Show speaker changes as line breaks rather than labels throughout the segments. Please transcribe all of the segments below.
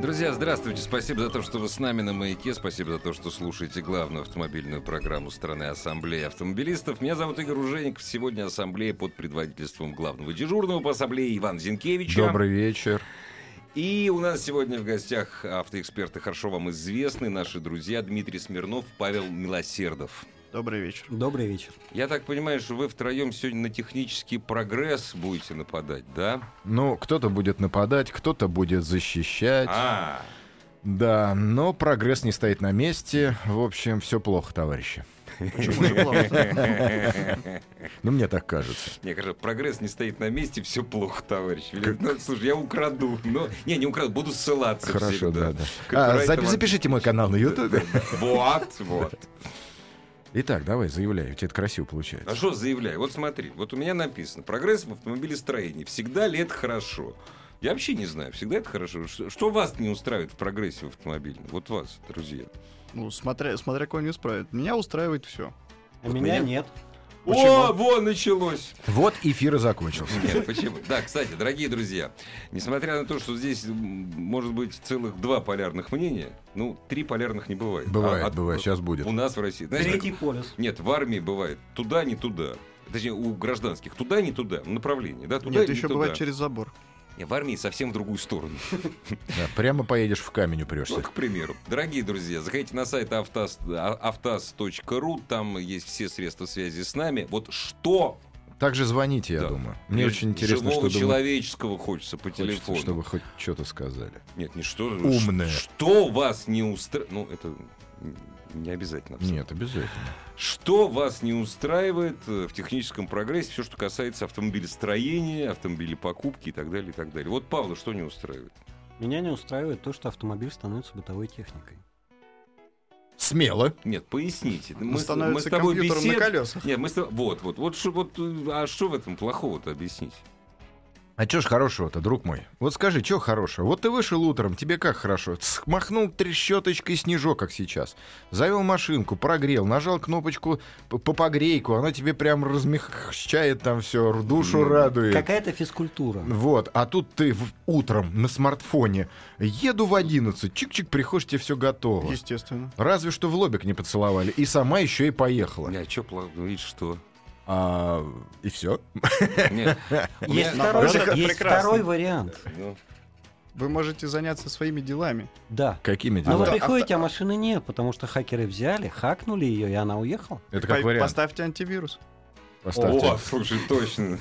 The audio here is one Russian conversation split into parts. Друзья, здравствуйте. Спасибо за то, что вы с нами на «Маяке». Спасибо за то, что слушаете главную автомобильную программу страны Ассамблеи автомобилистов. Меня зовут Игорь Ужеников. Сегодня Ассамблея под предводительством главного дежурного по Ассамблее Ивана Зинкевича.
Добрый вечер.
И у нас сегодня в гостях автоэксперты, хорошо вам известны, наши друзья Дмитрий Смирнов, Павел Милосердов.
Добрый вечер.
Добрый вечер.
Я так понимаю, что вы втроем сегодня на технический прогресс будете нападать, да?
Ну, кто-то будет нападать, кто-то будет защищать.
А,
Да, но прогресс не стоит на месте. В общем, все плохо, товарищи.
Почему же плохо?
Ну, мне так кажется.
Мне кажется, прогресс не стоит на месте, все плохо, товарищ. Ну, слушай, я украду. Но... Не, не украду, буду ссылаться
Хорошо,
всегда.
да, да.
Как
А,
у
запи-
Райтова-
запишите мой канал на Ютубе.
Вот, вот.
Итак, давай, заявляю, у тебя это красиво
А
получается.
что заявляю? Вот смотри, вот у меня написано. Прогресс в автомобилестроении. Всегда ли это хорошо? Я вообще не знаю, всегда это хорошо. Ш- Что вас не устраивает в прогрессе в автомобильном? Вот вас, друзья.
Ну, смотря, смотря кого не устраивает. Меня устраивает все.
А
меня-
меня нет.
О, во, началось!
Вот эфир и закончился.
Нет, ну почему? Да, кстати, дорогие друзья, несмотря на то, что здесь м, может быть целых два полярных мнения, ну, три полярных не бывает. А
Бывает,
от-
бывает, сейчас будет.
У нас в России. Знаешь, как-
Третий полюс.
Нет, в армии бывает туда, не туда. Точнее, у гражданских туда, не туда. Направление, Ну да, туда
Нет,
или не
еще
туда.
бывает через забор.
Не, в армии совсем в другую сторону.
Да, прямо поедешь в камень
Ну,
упрешься.
к примеру. Дорогие друзья, заходите на сайт автаз, а- автаз.ру, там есть все средства связи с нами. Вот что
Также звоните, я
Да.
думаю. Мне
мне
очень интересно,
живого
что думают-
человеческого хочется по
хочется,
телефону.
чтобы хоть что-то сказали.
Нет, не что.
Умное.
ш- Что вас не устраивает? Ну, это м, не обязательно. абсолютно.
Нет, обязательно.
Что вас не устраивает э, в техническом прогрессе, все, что касается автомобилестроения, автомобилепокупки и так далее, и так далее. Вот Павла что не устраивает?
Меня не устраивает то, что автомобиль становится бытовой техникой.
Смело.
Нет, поясните. Мы, с- мы с
Становится
тобой
компьютером
бесед-
на колесах.
Нет, мы с тобой- Вот, вот, вот, шо- вот, э, а что в этом плохого-то объяснить?
А чё ж хорошего-то, друг мой? Вот скажи, чё хорошего? Вот ты вышел утром, тебе как хорошо? Смахнул трещоточкой снежок, как сейчас. Завел машинку, прогрел, нажал кнопочку п- по погрейку, она тебе прям размягчает там все, душу
Мгм.
радует.
Какая-то физкультура.
Вот, а тут ты в- утром на смартфоне еду в 11, чик-чик, приходишь, тебе все готово.
Естественно.
Разве что в лобик не поцеловали, и сама еще и поехала.
Нет, что плохого? а Видишь, что?
А, и все.
Нет. У
Есть,
меня-
второй,
наоборот, это
есть
прекрасно.
второй вариант.
Ну,
Вы можете заняться своими делами.
Да.
Ну,
Какими
Но вы
Авто-
делами?
приходите, а машины нет, потому что хакеры взяли, хакнули ее, и она уехала.
Это
По-
как вариант.
Поставьте антивирус.
Поставьте.
О, слушай, точно.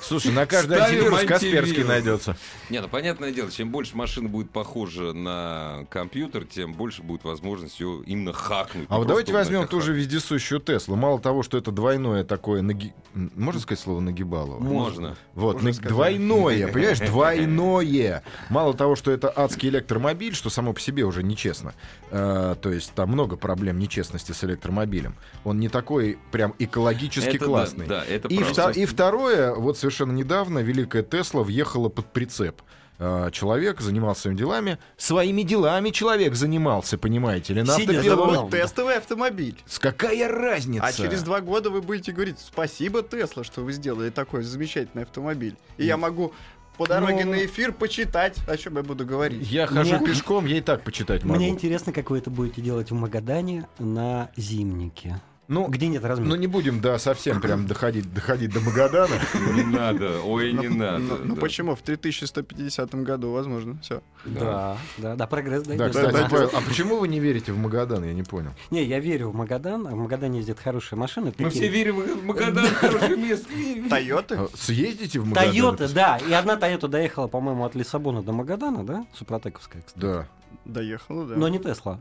Слушай, на каждый
Ставим
антивирус
антивирус.
Касперский найдется.
Не, ну понятное дело, чем больше машина будет похожа на компьютер, тем больше будет возможность ее именно хакнуть.
А вот
Просто
давайте
узнать,
возьмем
как
ту же
хакнуть.
вездесущую Теслу. Мало того, что это двойное такое, наги- м, можно сказать слово нагибалово?
М.
Можно.
Вот,
Уже
на-
сказали.
двойное, понимаешь, двойное. Мало того, что это адский электромобиль, что само по себе уже нечестно. Э, то есть там много проблем нечестности с электромобилем. Он не такой прям экологически
Это да,
классный.
Да, это
И,
правда.
вто- и второе, вот совершенно недавно великая Тесла въехала под прицеп. Э, Человек занимался своими делами. Своими делами человек занимался, понимаете ли? На
Сидя за
автопилоте.
рулем.
Вот тестовый автомобиль.
С какая разница?
А через два года вы будете говорить, спасибо, Тесла, что вы сделали такой замечательный автомобиль. И я могу по дороге
Ну.
на эфир почитать, о чем я буду говорить.
Я хожу
Мне-
пешком, я и так почитать могу.
Мне интересно, как вы это будете делать в Магадане на зимнике.
Ну,
Где нет
ну
размера.
не будем, да, совсем прям доходить, доходить до Магадана.
Ну, Не надо, ой, не
Ну,
надо.
ну, ну
да.
почему? В 3150 году, возможно, все.
да, да, да, прогресс
Да,
дойдет.
кстати,
да.
Павел, а почему вы не верите в Магадан? Я не понял.
Не, я верю в Магадан. а В Магадане ездят хорошие машины.
Мы
такие-
все верим в Магадан, хорошее место.
Тойоты?
А, Съездите в Магадан?
Тойота, да. И одна Тойота доехала, по-моему, от Лиссабона до Магадана, да? Супротековская, кстати.
Да.
Доехала, да.
Но не Тесла.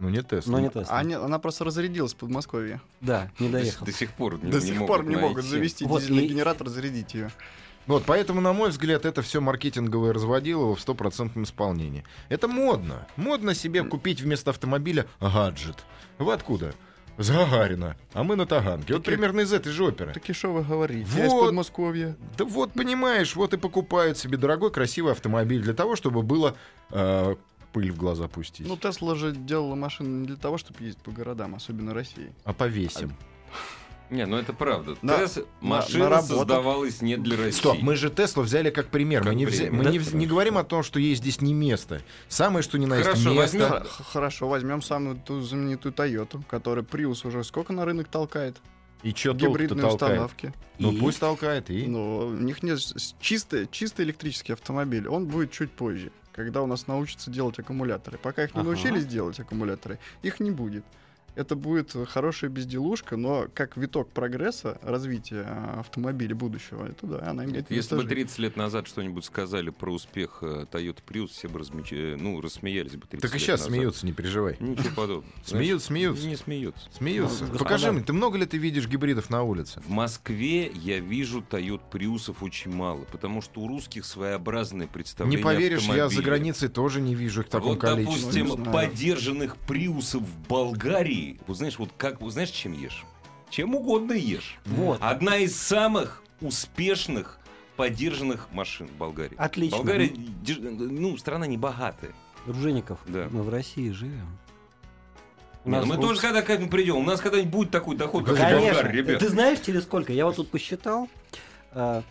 Ну не Тесла.
Но не Тесла.
А не- она просто разрядилась в Подмосковье.
Да, не
До
доехала.
сих пор не
До
не
сих
могут
пор не могут
найти.
завести
Вот
дизельный
и-
генератор, зарядить ее.
Ну Вот, поэтому, на мой взгляд, это все маркетинговое разводилово в стопроцентном исполнении. Это модно. Модно себе купить вместо автомобиля гаджет. Вы откуда? С Гагарина. А мы на Таганке. Вот
Так и-
примерно из этой же оперы.
Так и что вы говорите? Я из
Вот.
Подмосковья.
Да вот, понимаешь, вот и покупают себе дорогой, красивый автомобиль для того, чтобы было э, пыль в глаза пустить.
Ну, Тесла же делала машины не для того, чтобы ездить по городам, особенно России.
а повесим.
Не, ну это правда.
На-
Тес-
на-
машина
на работу.
создавалась не а для России.
Стоп, мы же Теслу взяли как пример.
Как
мы не, вз-
пример.
мы
Да,
не, вз- не
хорошо.
говорим о том, что ей здесь не место. Самое, что ни на есть
Хорошо,
место.
возьмем-
Х- х- Хорошо, возьмем самую ту знаменитую Тойоту, которая Prius уже сколько на рынок толкает?
И что толку-то
Гибридные
толкает?
установки.
Ну
И?
пусть толкает, и...
Но Ну, у них нет с- чистый, чистый электрический автомобиль. Он будет чуть позже, когда у нас научатся делать аккумуляторы. Пока их не
Ага.
научились делать аккумуляторы, их не будет. Это будет э, хорошая безделушка, но как виток прогресса, развития э, автомобиля будущего, это да, она
Нет,
имеет
если бы
место жить.
30 лет назад что-нибудь сказали про успех э, Toyota Prius, все бы размеч... э, ну, рассмеялись бы 30
Так и
лет
сейчас
назад. Ну,
смеются, не переживай.
Ничего подобного.
Смеют, смеются.
Не смеются.
Смеются.
Ну, господа.
Покажи мне, ты много ли ты видишь гибридов на улице?
В Москве я вижу Toyota Приусов очень мало, потому что у русских своеобразное представление
Не поверишь, я за
автомобиля.
границей тоже не вижу их в таком
Вот,
количестве.
Ну, не
допустим,
знаю.
подержанных приусов в Болгарии. Вот знаешь, вот как, вот знаешь, чем ешь? Чем угодно ешь.
Вот.
Одна из самых успешных подержанных машин в Болгарии.
Отлично.
Болгария, дер- ну, страна не богатая.
Ружеников,
Да. ну
мы в России живем. У
Мы
нас вот-
тоже когда к этому придем. У нас когда-нибудь будет такой доход, как у
Конечно.
болгар, ребят.
Ты знаешь, через сколько? Я вот тут посчитал. А,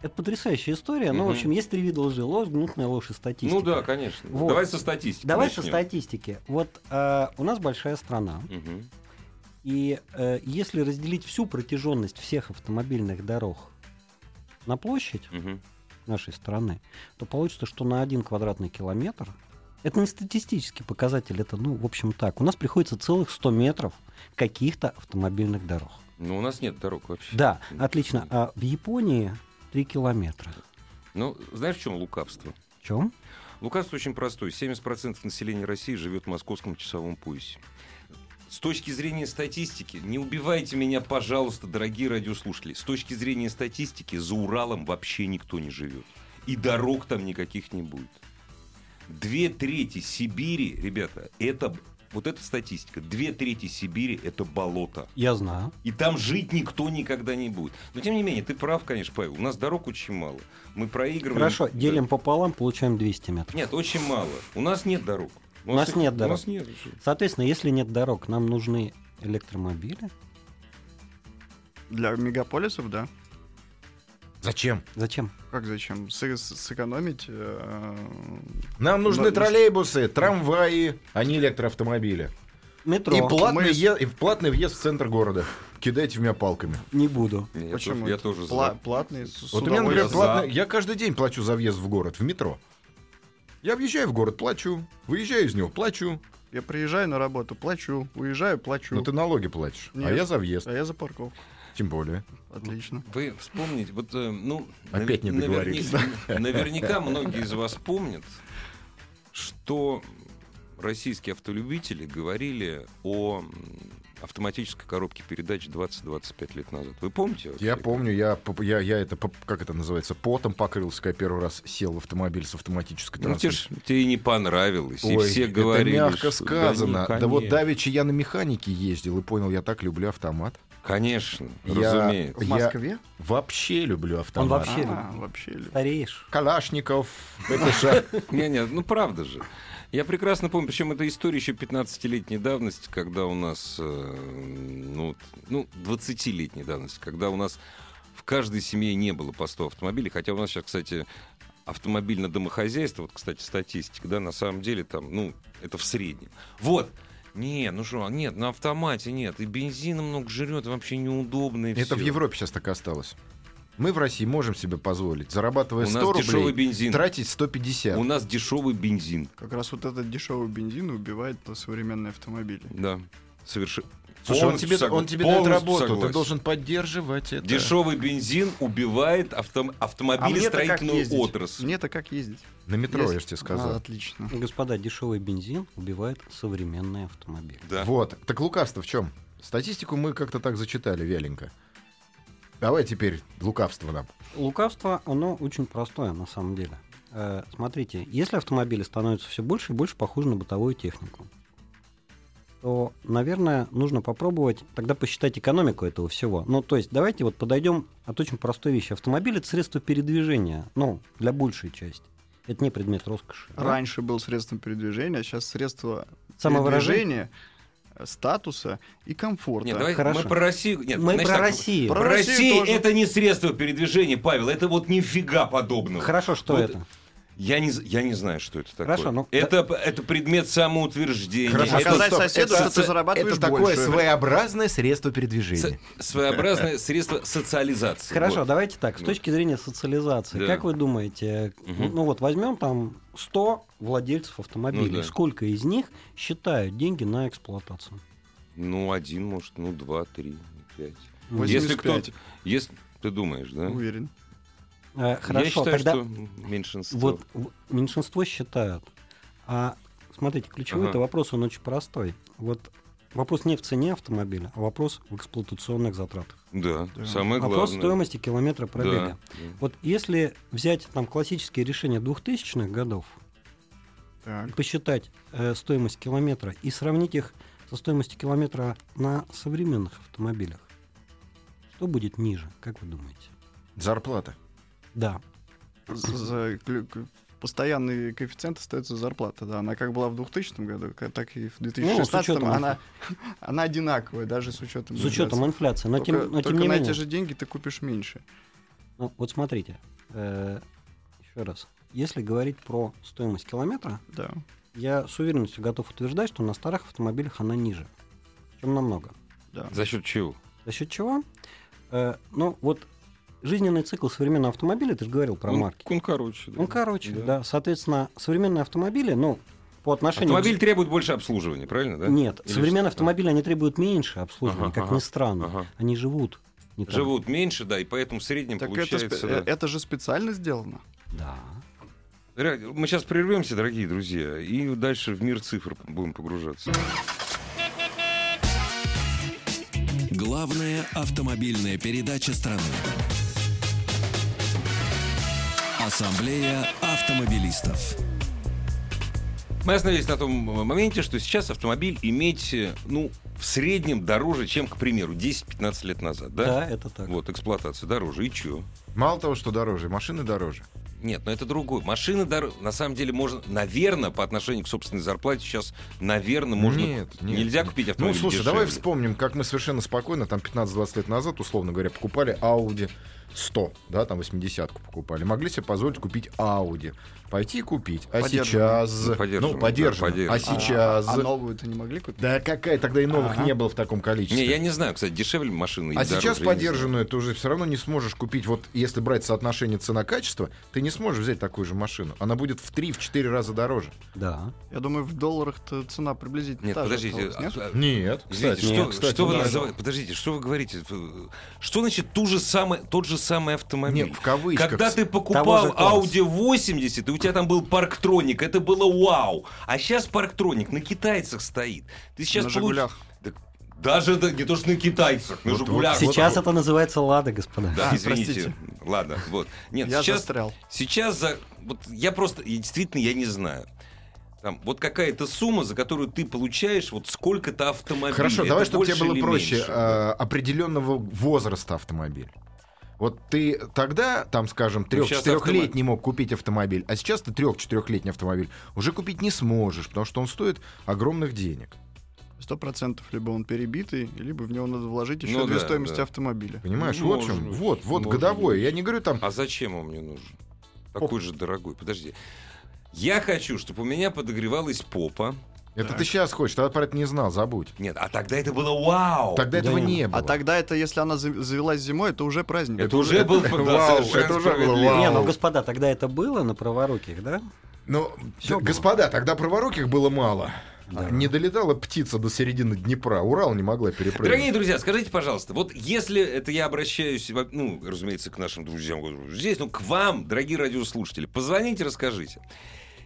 Это потрясающая история. Ну, в
Мгм.
общем, есть три вида лжи. Ложь, гнутная ложь и статистика.
Ну да, конечно.
Вот.
Давай со статистикой.
Давай со
начнем.
статистики. Вот а, у нас большая страна.
Мгм.
И э, если разделить всю протяженность всех автомобильных дорог на площадь
Мгм.
нашей страны, то получится, что на один квадратный километр, это не статистический показатель, это, ну, в общем, так, у нас приходится целых 100 метров каких-то автомобильных дорог.
Ну, у нас нет дорог вообще.
Да, отлично. А в Японии 3 километра.
Ну, знаешь, в чем лукавство?
В чем?
Лукавство очень простое. 70% населения России живет в московском часовом поясе. С точки зрения статистики, не убивайте меня, пожалуйста, дорогие радиослушатели. С точки зрения статистики, за Уралом вообще никто не живет. И дорог там никаких не будет. Две трети Сибири, ребята, это вот эта статистика. Две трети Сибири это болото.
Я знаю.
И там жить никто никогда не будет. Но тем не менее, ты прав, конечно, Павел. У нас дорог очень мало. Мы проигрываем.
Хорошо,
Да.
делим пополам, получаем 200 метров.
Нет, очень мало. У нас нет дорог.
У нас нет
У
дорог.
нас нет. уже.
Соответственно, если нет дорог, нам нужны электромобили.
Для мегаполисов, да.
Зачем?
Зачем?
Как зачем? Сэ- с- сэкономить э,
Нам нужны
Но-
троллейбусы, трамваи, а не электроавтомобили.
Метро.
И, платный
Мы-
е- и в платный въезд в центр города. Кидайте в меня палками.
Не буду.
Я
Почему?
тоже- Я
Это
тоже за.
пла- платные. с- с
вот у меня, например,
удовольствием.
платный... Я каждый день плачу за въезд в город, в метро. Я въезжаю в город, плачу. Выезжаю из него, плачу.
Я приезжаю на работу, плачу, уезжаю, плачу.
Но ты налоги платишь. А
Нет.
я за въезд.
А я за парковку.
Тем более.
Отлично.
Вы вспомните, вот, э, ну...
Опять не
навер-
договорились.
наверняка- Наверняка многие из вас помнят, что российские автолюбители говорили о м, автоматической коробке передач 20-25 лет назад. Вы помните? вообще?
Я помню, я, поп- я, я это, поп- как это называется, потом покрылся, когда первый раз сел в автомобиль с автоматической
Ну, тебе, ж-
трансмиссией.
тебе и не понравилось, и
Ой,
все
это
говорили...
мягко
что-
сказано. Да,
не,
вот
конечно.
давеча я на механике ездил и понял, я так люблю автомат.
Конечно,
Я-
разумеется.
В
Я-
Москве?
Вообще люблю автомат.
вообще-
А,
люблю.
вообще люблю.
Стареешь.
Калашников, БТШ.
Не, не, ну правда же. Я прекрасно помню, причем это история еще 15-летней давности, когда у нас, э, ну, вот, ну, 20-летней давности, когда у нас в каждой семье не было по 100 автомобилей, хотя у нас сейчас, кстати, автомобильное домохозяйство, вот, кстати, статистика, да, на самом деле там, ну, это в среднем. Вот, не, ну что, нет, на автомате нет, и бензина много жрет, вообще неудобно, и
Это в
всё.
Европе сейчас так и осталось. Мы в России можем себе позволить, зарабатывая
У
100
нас дешевый
рублей,
бензин.
тратить 150.
У нас дешевый бензин,
Как раз вот этот дешевый бензин убивает э, современные автомобили.
да, совершенно.
Слушай, он тебе, он тебе дает работу, ты
должен
должен поддерживать это.
Дешевый бензин убивает автом-
А
А
автомобилестроительную А отрасль.
Мне-то как ездить?
На метро,
Есть-
я же тебе сказал.
А, отлично.
Господа, дешевый бензин убивает современный автомобиль.
Да.
Вот. Так лукавство в чем? Статистику мы как-то так зачитали вяленько. Давай теперь лукавство нам.
Лукавство, оно очень простое на самом деле. Э, Смотрите, если автомобили становятся все больше и больше похожи на бытовую технику, то, наверное, нужно попробовать тогда посчитать экономику этого всего. Ну, то есть, давайте вот подойдем от очень простой вещи. Автомобиль — это средство передвижения, ну, для большей части. Это не предмет роскоши. да?
Раньше был средством передвижения, а сейчас средство передвижения,
Самовыражение.
э, статуса и комфорта.
Нет, давай
а Хорошо.
мы про Россию. Нет,
Мы
значит
про
так,
Россию.
Про
Про Россию
Россию
тоже.
это не средство передвижения, Павел. Это вот нифига подобного.
Хорошо, что
ну, Вот
это?
Я не, з- я не знаю, что это такое.
Хорошо, ну,
это, это предмет самоутверждения.
Хорошо,
это
Показать
стоп,
соседу,
это-
что ты зарабатываешь
Это такое
больше.
своеобразное средство передвижения.
со- своеобразное средство социализации.
Хорошо,
Вот.
давайте так. С
Вот.
точки зрения социализации,
Да.
как вы думаете,
Мгм.
ну вот возьмем там 100 владельцев автомобилей,
Ну да.
сколько из них считают деньги на эксплуатацию?
Ну, один, может, ну, два, три, пять.
Ну,
Восемь.
Если
85.
кто-то... Если... Ты думаешь, да?
Уверен.
э,
Я
Хорошо,
считаю,
тогда
что меньшинство.
вот в- меньшинство считают. А смотрите, ключевой
Ага.
то вопрос, он очень простой. Вот вопрос не в цене автомобиля, а вопрос в эксплуатационных затратах.
Да,
Да.
самое Ну главное.
вопрос стоимости километра
Да,
пробега.
да.
Вот если взять там классические решения 2000-х годов,
Так.
посчитать э, стоимость километра и сравнить их со стоимостью километра на современных автомобилях, что будет ниже, как вы думаете?
Зарплата.
Да.
З- за клю- к- Постоянный коэффициент остается зарплата. Да. Она как была в 2000 году, к- так и в 2016
учетом
она, она одинаковая, даже с учетом.
С учетом
инфляции.
инфляции. Но
Только,
тем, но тем
только
не
на
менее.
те же деньги ты купишь меньше.
Ну, вот смотрите, э, еще раз. Если говорить про стоимость километра,
Да.
я с уверенностью готов утверждать, что на старых автомобилях она ниже, чем намного.
да.
За счет чего?
За счет чего? Э, ну, вот жизненный цикл современного автомобиля, ты же говорил про
Ну,
Он-
марки.
Он короче. да.
Ну, короче, да. Соответственно, современные автомобили, ну, по отношению...
Автомобиль
к-
требует больше обслуживания, правильно, да?
Нет,
Или
современные
что?
автомобили, они требуют меньше обслуживания,
Ага,
как
ага,
ни странно.
ага.
Они живут. не так.
Живут меньше, да, и поэтому в среднем
Так это,
получается...
спе-
да.
э, это же специально сделано.
Да.
Ре- Мы сейчас прервемся, дорогие друзья, и дальше в мир цифр будем погружаться.
Главная автомобильная передача страны. Ассамблея автомобилистов.
Мы остановились на том моменте, что сейчас автомобиль иметь, э, ну, в среднем дороже, чем, к примеру, 10-15 лет назад,
да,
да?
это так.
Вот, эксплуатация дороже, и чё?
Мало того, что дороже, машины дороже.
Нет, но это другое. Машины дороже. На самом деле, можно, наверное, по отношению к собственной зарплате сейчас, наверное, можно...
Нет, нет,
Нельзя
нет.
купить
Ну,
автомобиль
слушай, давай
дешевле.
вспомним, как мы совершенно спокойно, там 15-20 лет назад, условно говоря, покупали Audi 100, да, там 80-ку покупали. Могли себе позволить купить Audi. Пойти и купить. А
Подержанную.
сейчас...
Ну, подержанную,
Ну, подержанную.
да, подержанную.
А сейчас...
А, а новую-то не могли купить?
Да какая тогда и новых
Ага.
не было в таком количестве.
Не, я не знаю, кстати, дешевле машины или
А
дороже,
сейчас
я не знаю.
подержанную ты уже все равно не сможешь купить. Вот если брать соотношение цена-качество, ты не сможешь взять такую же машину. Она будет в 3-4 раза дороже.
Да.
Я думаю, в долларах-то цена приблизительно
Нет,
та же
подождите,
осталась, нет?
а- а-
Нет.
Извините,
Кстати,
что,
нет,
кстати,
что вы
да.
называете? Подождите, что вы говорите? Что значит ту же самый, тот же самый автомобиль?
Нет, в кавычках.
Когда ты
Того же
покупал
класса.
Audi 80, и у тебя там был парктроник, это было вау. А сейчас парктроник на китайцах стоит. Ты сейчас
На
получ-
«Жигулях».
Так даже да, не то, что на китайцах, на
Вот-
«Жигулях».
вот-
Сейчас
Вот-
это называется лада, господа.
Да,
А,
извините.
простите.
Ладно, вот. Нет,
Я
сейчас
застрял.
Сейчас за... Вот я просто... и Действительно, я не знаю. Там, вот какая-то сумма, за которую ты получаешь вот сколько-то автомобилей.
Хорошо,
Это
давай, чтобы тебе
больше
было
или
проще.
меньше?
э, Определенного возраста автомобиль. Вот ты тогда, там, скажем,
Ну, сейчас автомобиль.
трех-четырехлетний мог купить автомобиль, а сейчас ты трех-четырехлетний автомобиль уже купить не сможешь, потому что он стоит огромных денег.
Сто процентов либо он перебитый, либо в него надо вложить еще
Ну
две
да,
стоимости
да.
автомобиля.
Понимаешь,
Ну,
вот в
может
чем.
быть,
Вот, вот
может
годовое.
быть.
Я не говорю там.
А зачем он мне нужен? Такой же дорогой. Подожди. Я хочу, чтобы у меня подогревалась попа.
Это ты сейчас хочешь, тогда про это не знал, забудь.
Нет, а тогда это было вау.
Тогда
Да
этого
не,
не было.
А тогда это, если она за- завелась зимой, это уже праздник.
Это уже был да,
вау,
совершенно
это уже было
справедливо.
вау.
Не, ну, господа, тогда это было на праворуких, да?
Но,
Всё
д-
было.
Ну, господа, тогда праворуких было мало.
А,
Да.
Не долетала птица до середины Днепра. Урал не могла перепрыгнуть.
Дорогие друзья, скажите, пожалуйста, вот если это я обращаюсь, во- ну, разумеется, к нашим друзьям говорю, здесь, ну, к вам, дорогие радиослушатели, позвоните, расскажите.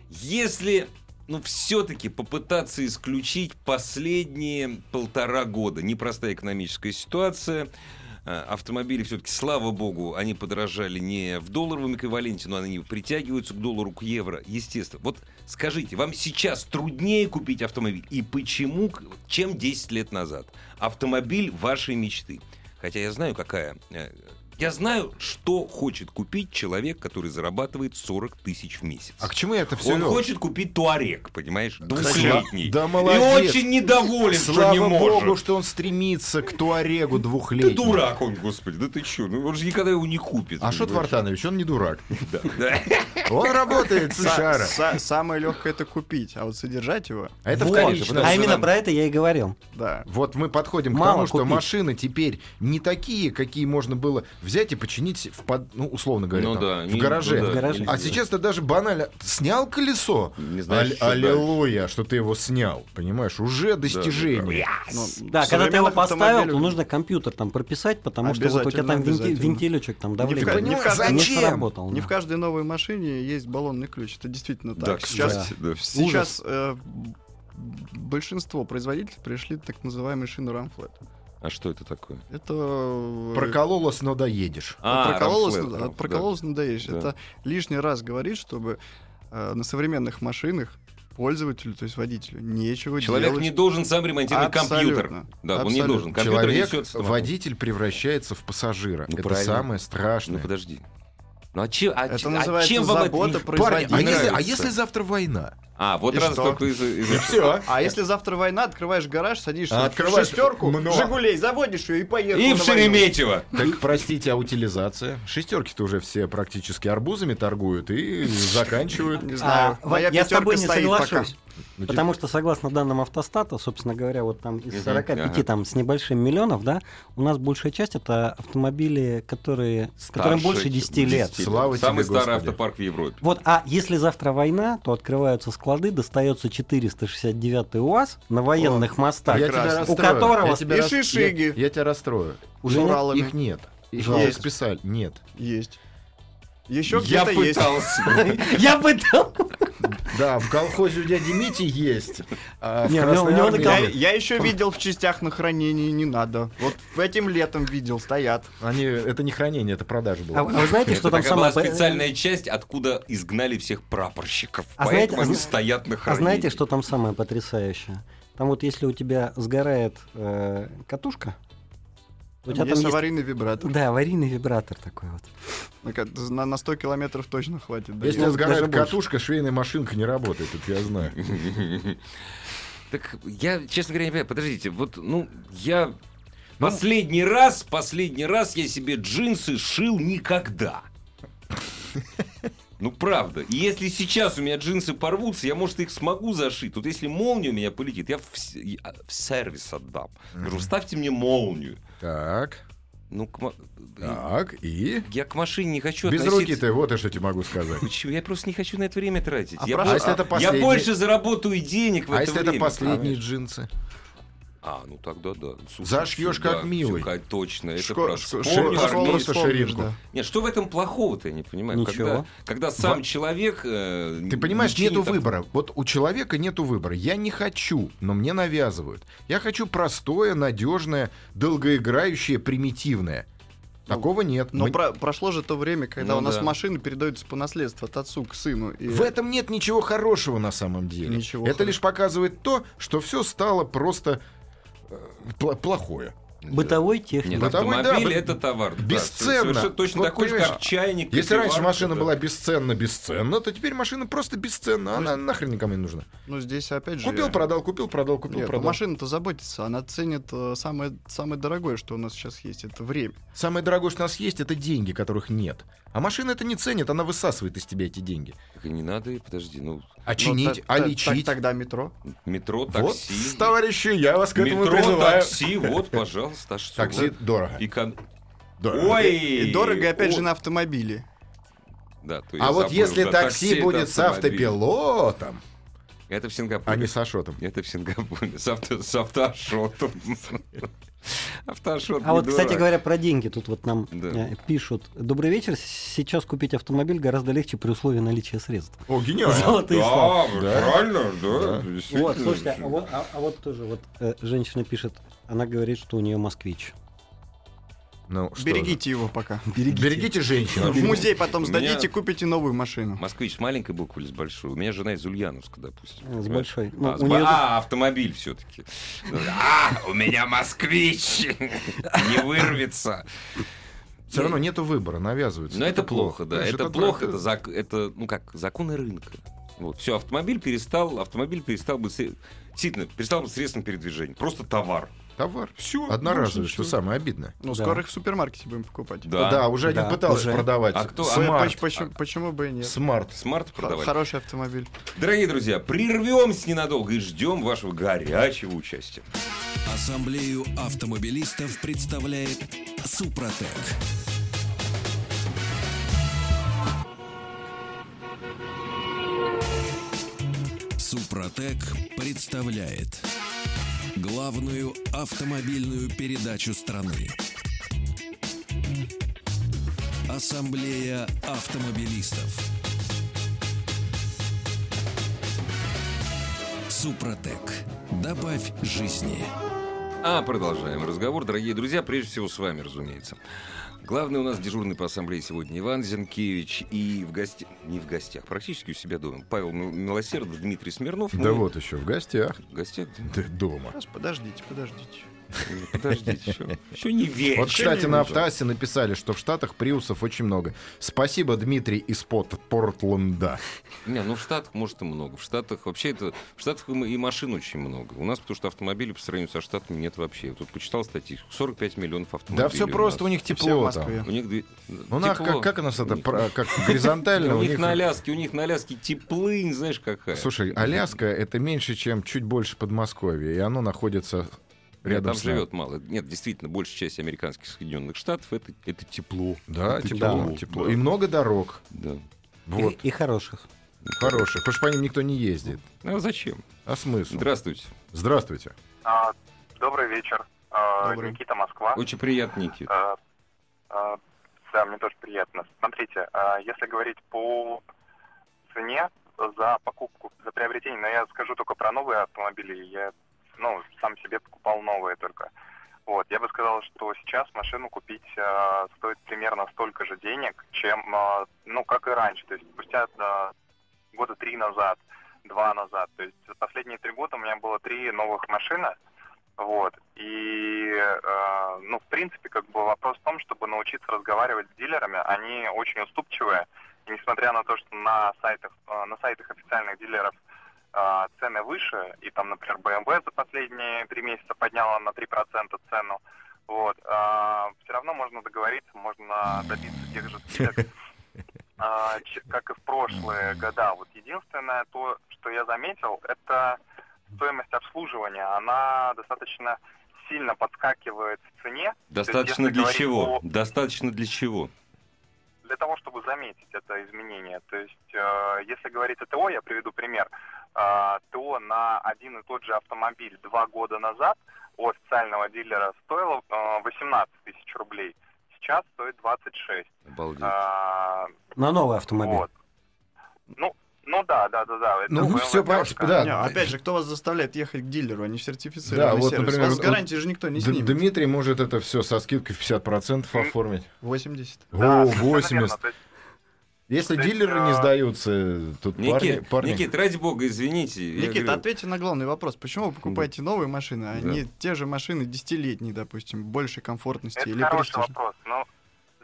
Если, ну, все-таки попытаться исключить последние полтора года, непростая экономическая ситуация, э, автомобили все-таки, слава богу, они подорожали не в долларовом эквиваленте, но они притягиваются к доллару, к евро, естественно. Вот скажите, вам сейчас труднее купить автомобиль? И почему, к- чем 10 лет назад? Автомобиль вашей мечты. Хотя я знаю, какая... э, Я знаю, что хочет купить человек, который зарабатывает 40 тысяч в месяц.
А к чему я это все
Он хочет купить туарек, понимаешь, двухлетний.
да молодец.
И очень недоволен, что
Слава
не может.
богу, что он стремится к Туарегу
Ты
двухлетнему.
дурак он, господи, да ты чё? Ну, он же никогда его не купит.
А что Вартанович, он не дурак.
Да, да.
Он работает,
Са-
сучара.
са- Самое легкое это купить, а вот содержать его,
А это в
Вот.
Карелии, подожди.
А именно
нам-
про это я и говорил.
да.
Вот мы подходим к
Мало
тому, что
купить.
машины теперь не такие, какие можно было взять и починить в под- ну, условно говоря,
Ну
там,
да,
в
не-
гараже.
ну да,
В гараже.
нельзя.
А сейчас ты даже банально снял колесо.
Не знаешь,
Аль-
что
аллилуйя, что ты его снял, понимаешь? Уже достижение.
Ну,
Да,
в
когда ты его
современных
поставил,
автомобилях-
то нужно компьютер там прописать, потому что вот у тебя там венти-
Обязательно,
вентилечек там
Не в
давление
ка- не в ка-
не
зачем?
сработал.
Не
да.
в каждой новой машине есть баллонный ключ. Это действительно так.
Да,
сейчас
кстати, ну да, все.
сейчас э, б- большинство производителей пришли к так называемые шины рамфлет.
А что это такое?
Это э,
Прокололось, но доедешь.
А,
прокололось,
рамфлет,
да,
рамфлет,
прокололось надоешь.
Да.
Это лишний раз говорит, чтобы э, на современных машинах пользователю, то есть водителю, нечего
Человек
делать.
не должен сам ремонтировать
Абсолютно.
компьютер. Да, он не
Абсолютно.
должен. Компьютер
Человек,
несет самому.
водитель превращается в пассажира.
Ну,
это
правильно.
самое страшное.
Ну подожди. Ну а чем, а,
Это
че- а
называется
чем вам это
забота
мешает?
про-
Парни, а
производитель
если, а
нравится. Ну,
если завтра война?
А, вот
И
раз
что?
только из... из-
все.
Э.
А если завтра война, открываешь гараж, садишься
А
в
открываешь
шестерку,
много.
Жигулей, заводишь ее и поехал.
И
на
в
войну.
Шереметьево.
Так, простите, а утилизация? Шестерки-то уже все практически арбузами торгуют и заканчивают. Ну,
Не
А,
знаю,
вот
моя
я с тобой
пятерка
не
стоит пока.
соглашусь.
Ну, типа
Потому что согласно данным автостата, собственно говоря, вот там
Мгм,
из 45
ага.
там с небольшим миллионов, да, у нас большая часть это автомобили, которые, которым
Старше,
больше 10
чем
лет.
10
Слава
Самый
тебе,
старый
Господи.
автопарк в Европе.
Вот, а если завтра война, то открываются склады, достается 469 УАЗ на военных мостах,
типа, я тебя
прекрасно.
у
расстрою.
которого
Я тебя
И
рас-
шишиги.
Я, я тебя расстрою. Ну,
уже
с
нет?
Уралами.
Их нет. Их
Жалко.
уже списали. Нет.
Есть. Еще
Я
где-то есть.
пытался.
Я пытал.
Да, в колхозе у дяди Мити есть. а в
Не, у него- у него
Красной
на
Я,
Армии-
я еще видел в частях на хранении, не надо. Вот этим летом видел, стоят.
Они, это не хранение, это продажа
А
была.
вы а вы знаете, что
Это
там
такая была
самое... по-
специальная часть, откуда изгнали всех прапорщиков.
А знаете-
Поэтому
а
они
зна-
стоят на
А
хранении.
знаете, что там самое потрясающее? Там вот если у тебя сгорает э, катушка, у тебя там
есть
есть-
аварийный вибратор.
Да, аварийный вибратор такой вот.
На ка- На, на 100 километров точно хватит. да.
Если
Ну,
сгорает
даже больше.
катушка, швейная машинка не работает, это я знаю.
Так я, честно говоря, не понимаю. Подождите, вот, ну, я последний раз, последний раз я себе джинсы шил никогда. Ну, правда. И если сейчас у меня джинсы порвутся, я, может, их смогу зашить. Тут если молния у меня полетит, я в, с- я в сервис отдам. Говорю, ставьте мне молнию.
Так,
Ну, к ма-
так, и...
я к машине не хочу
Без
относиться.
руки ты, вот я что тебе могу сказать.
Почему? Я просто не хочу на это время тратить.
А
я,
про-
бо-
а
если это
я
последний-
больше заработаю денег в
А
это
если это
время.
последние джинсы?
А, ну тогда да. Слушай,
Зашьёшь
всё, да,
как милый.
всё, ка- точно, это
шко-
правда.
шко-
Вспомни,
просто-
школа-
армейский.
школу
просто
вспомнишь,
ширинку.
да.
Нет, что в этом плохого-то, я не понимаю.
Ничего.
Когда, когда сам человек... э,
Ты понимаешь,
ничего не
нету
так-
выбора. Вот у человека нету выбора. Я не хочу, но мне навязывают. Я хочу простое, надежное, долгоиграющее, примитивное. Такого нет.
Но
Мы-
про- прошло же то время, когда
Ну
у нас
да.
машины передаются по наследству от отцу к сыну. И...
В этом нет ничего хорошего на самом деле.
Ничего
Это
хорошего.
лишь показывает то, что все стало просто э, пла- плохое.
Бытовой техник.
Нет,
Бытовой, да,
автомобиль
б-
это товар. да,
бесценно.
совершенно точно
Вот
такой же,
понимаешь,
как чайник.
Если раньше
кофеварка,
машина
да.
была бесценна, бесценна, то теперь машина просто бесценна. Она нахрен никому не нужна.
Ну, здесь опять же...
Купил, продал, купил, продал, купил,
Нет, ну,
продал.
машина-то заботится, она ценит э, самое, самое дорогое, что у нас сейчас есть, это время.
Самое дорогое, что у нас есть, это деньги, которых нет. А машина это не ценит, она высасывает из тебя эти деньги.
Так и не надо, и подожди, ну,
А
Ну,
чинить,
та-
а
та- та-
лечить.
Тогда метро.
метро,
вот,
такси.
товарищи, я вас к этому
метро,
призываю.
такси, вот, пожалуйста. а что?
Такси дорого.
И кон-
дорого.
Ой!
И дорого, опять
о-
же, на автомобиле.
Да, то я
А вот
забыл,
если
да,
такси,
это
будет с
автомобиль.
автопилотом,
Это в
а не
Сингапуре.
с Ашотом.
Это в Сингапуре. С, авто, с автошотом. Автошот
А вот,
не
кстати
дурак.
говоря, про деньги тут вот нам
Да.
э, пишут. Добрый вечер. С- Сейчас купить автомобиль гораздо легче при условии наличия средств.
О, гениально.
Золотые слова.
вы
Да.
правильно,
Да.
действительно.
Вот, слушайте, а вот, а- а вот тоже вот э, женщина пишет, она говорит, что у нее москвич.
Ну, что же.
Берегите его пока.
Берегите, женщину.
В музей потом
У меня-
сдадите, купите новую машину.
Москвич с маленькой буквы или с большой? У меня жена из Ульяновска, допустим.
Э, С
понимаешь?
большой. Ну,
А, с
у
бо-
неё-
а, автомобиль все-таки. А, у меня москвич. Не вырвется.
Все равно нету выбора, навязывается.
Но это плохо, да.
Понимаешь,
Это плохо, это,
правда.
зак- это, ну как, законы рынка. Вот, все, автомобиль перестал, автомобиль перестал быть, сре- действительно, перестал быть средством передвижения. Просто товар.
Товар.
Все.
Одноразовый, что самое обидное.
Ну,
Да.
скоро их в супермаркете будем покупать.
Да,
Да.
уже один
Да,
пытался
уже.
продавать.
А кто- а
Поч-
Смарт.
поч-
почему- Почему бы и нет?
Смарт.
Смарт
Х-
продавать.
Хороший автомобиль.
Дорогие друзья, прервемся ненадолго и ждем вашего горячего участия.
Ассамблею автомобилистов представляет Супротек. Супротек представляет главную автомобильную передачу страны. Ассамблея автомобилистов. Супротек. Добавь жизни.
А продолжаем разговор, дорогие друзья, прежде всего с вами, разумеется. Главный у нас дежурный по ассамблее сегодня Иван Зинкевич и в гостях, не в гостях, практически у себя дома, Павел Мил- Милосердов, Дмитрий Смирнов. Мы
Да вот еще в гостях.
В гостях? да?
Ты дома.
Раз, подождите, подождите.
Э,
Подождите, еще, не вечер.
Вот, кстати, на автоассе написали, что в Штатах приусов очень много. Спасибо, Дмитрий из Пот- Портленда.
Не, ну в Штатах, может, и много. В Штатах вообще это... В Штатах и и машин очень много. У нас, потому что автомобилей по сравнению со Штатами нет вообще. Я тут почитал статистику. 45 миллионов автомобилей.
Да все
у
просто, у
нас.
них
Все в
тепло
Москве.
там.
У них... две-
Ну, на-
тепло.
как, как у нас
У
это,
них-
про- как горизонтально?
У них на Аляске, у них на Аляске теплынь, знаешь, какая.
Слушай, Аляска это меньше, чем чуть больше Подмосковья, и оно находится
Нет,
рядом
там
с нами.
живет мало. Нет, действительно, большая часть американских Соединенных Штатов это, это тепло.
Да,
Это
тепло,
тепло,
тепло.
да.
И много дорог.
Да.
Вот,
и, и хороших.
хороших. Потому что по ним никто не ездит.
А зачем?
А смысл?
Здравствуйте.
Здравствуйте.
А, Добрый вечер. А,
Добрый.
Никита Москва.
Очень приятно, Никита.
А, а, Да, мне тоже приятно. Смотрите, а, если говорить по цене за покупку, за приобретение, но я скажу только про новые автомобили. Я ну, сам себе покупал новые только. Вот, я бы сказал, что сейчас машину купить а, стоит примерно столько же денег, чем, а, ну, как и раньше. То есть спустя а, года три назад, два назад. То есть за последние три года у меня было три новых машины. Вот. И, э, ну, в принципе, как бы вопрос в том, чтобы научиться разговаривать с дилерами. Они очень уступчивые. И несмотря на то, что на сайтах, э, на сайтах официальных дилеров э, цены выше, и там, например, BMW за последние три месяца подняла на 3% цену, вот, все равно можно договориться, можно добиться тех же скидок, э, ч- как и в прошлые года. Вот единственное то, что я заметил, это стоимость обслуживания, она достаточно сильно подскакивает в цене
Достаточно
если
для
говорить
чего?
по-
Достаточно для чего?
для того, чтобы заметить это изменение. То есть, э, если говорить о ТО, я приведу пример, э, ТО на один и тот же автомобиль два года назад у официального дилера стоило э, 18 тысяч рублей, сейчас стоит 26.
Обалдеть.
А,
На новый автомобиль.
вот. Ну, ну да, да, да, да. это
Ну,
BMW
все,
девушка.
да.
Не, опять же, кто вас заставляет ехать к дилеру, а не в сертифицированный
Да, вот,
сервис?
например,
вас
вот-
гарантии же никто не
Д-
снимет.
Дмитрий может это все со скидкой в 50%
М.
оформить.
80.
Да,
О,
совершенно
80.
верно. То есть,
Если
То есть,
дилеры не
а,
сдаются, тут парни...
Никит,
парни-
Никит, ради бога, извините. я
Никита,
говорю,
ответьте на главный вопрос. Почему вы покупаете новые машины, а
Да.
не те же машины десятилетние, допустим, большей комфортности
Это
или
хороший
престижа?
вопрос. Но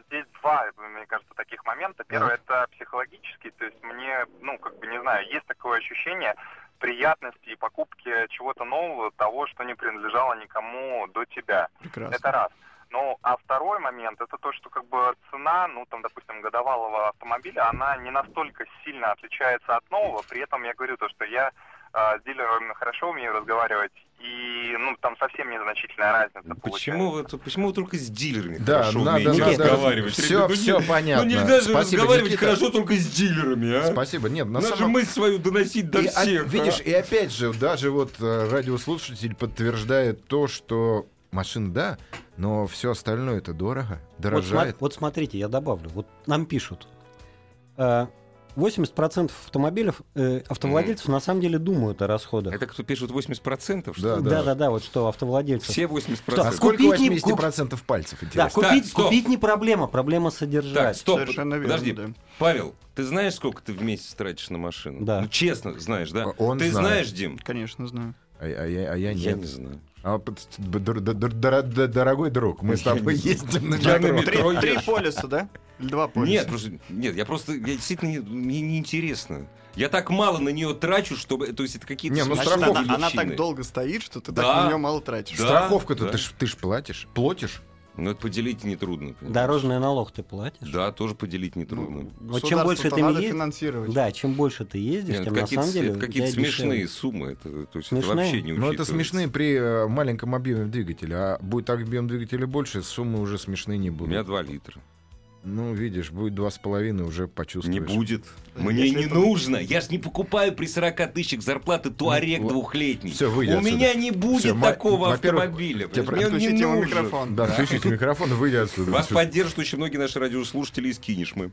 здесь два, мне кажется, таких момента. Первое это психологический, то есть мне, ну, как бы не знаю, есть такое ощущение приятности и покупки чего-то нового, того, что не принадлежало никому до тебя.
Прекрасно.
Это раз. Ну, а второй момент, это то, что как бы цена, ну, там, допустим, годовалого автомобиля, она не настолько сильно отличается от нового. При этом я говорю то, что я э, с дилерами хорошо умею разговаривать, и, ну, там совсем незначительная разница
Ну, Почему
получается.
вы, тут- почему вы только с дилерами
Да,
хорошо
надо-
умеете
надо-
разговаривать?
Всё-
Ребят, ну,
всё
не-
понятно.
Ну нельзя же
Спасибо,
разговаривать
Никита.
хорошо только с дилерами, а?
Спасибо. Нет, на
Надо же
самом
мысль свою доносить до
И от-
всех. а?
видишь, и опять же, даже вот э, радиослушатель подтверждает то, что машина, да, но все остальное это дорого,
Вот, сма-
дорожает.
вот смотрите, я добавлю. Вот нам пишут. э, 80% автомобилей, э, автовладельцев на самом деле думают о расходах.
Это кто пишет 80%? Что
Да,
ли?
да.
Да-да-да, вот что автовладельцы.
Все 80%.
А
Так,
сколько
купить не-
80% пальцев,
Да,
интересно?
Так,
купить,
стоп.
купить не проблема, проблема
А
содержать.
Так, стоп.
Совершенно верно,
Подожди.
да.
Павел, ты знаешь, сколько ты в месяц тратишь на машину?
Да.
Ну, честно, знаешь, да?
Он
ты
знает.
знаешь, Дим?
Конечно, знаю.
А, я- а я, а я нет.
Я не знаю.
А, п- т- дор- дор- дор- дор- дор- дорогой друг, мы с
Я не
тобой
знаю.
ездим на
Я на
метро.
метро
Три, три
езжу.
полюса, да? Или два полюса?
Нет, просто, нет, я просто, я действительно, не- мне неинтересно. Я так мало на нее трачу, чтобы, то есть это какие-то
Не, ну,
смешные
Значит, она,
страховка
она
величины.
так долго стоит, что ты
Да.
так на нее мало тратишь.
Да.
Страховка-то
да.
ты ж ты ж платишь, платишь.
Ну, это поделить нетрудно. понимаешь?
Дорожный налог ты платишь.
Да, тоже поделить
Ну,
нетрудно.
государству-то
чем больше ты
надо
мне е-
финансировать.
Да, чем больше ты ездишь,
Не, ну,
тем на
какие-то
самом деле.
это какие-то
у тебя
смешные
дешевле.
суммы. Это, то есть это
Смешные?
вообще не
Но Ну, это
учитывается.
смешные при э, маленьком объеме двигателя. А будет объем двигателя больше, суммы уже смешные не
У меня
будут.
2 литра.
Ну, видишь, будет два с половиной, уже
Не
почувствуешь.
будет. Мне
Если
не
это-
нужно. Я ж не покупаю при 40 тысячах зарплаты туарек
Ну,
двухлетний.
всё,
У
выйди отсюда.
меня не будет
Всё, ма-
такого
во-первых,
автомобиля.
тебе
понимаешь? Мне он
Отключите
не
ему
нужен.
микрофон.
Да, включите микрофон и выйди отсюда.
Вас
Слушай,
поддержат очень многие наши радиослушатели из Кинешмы.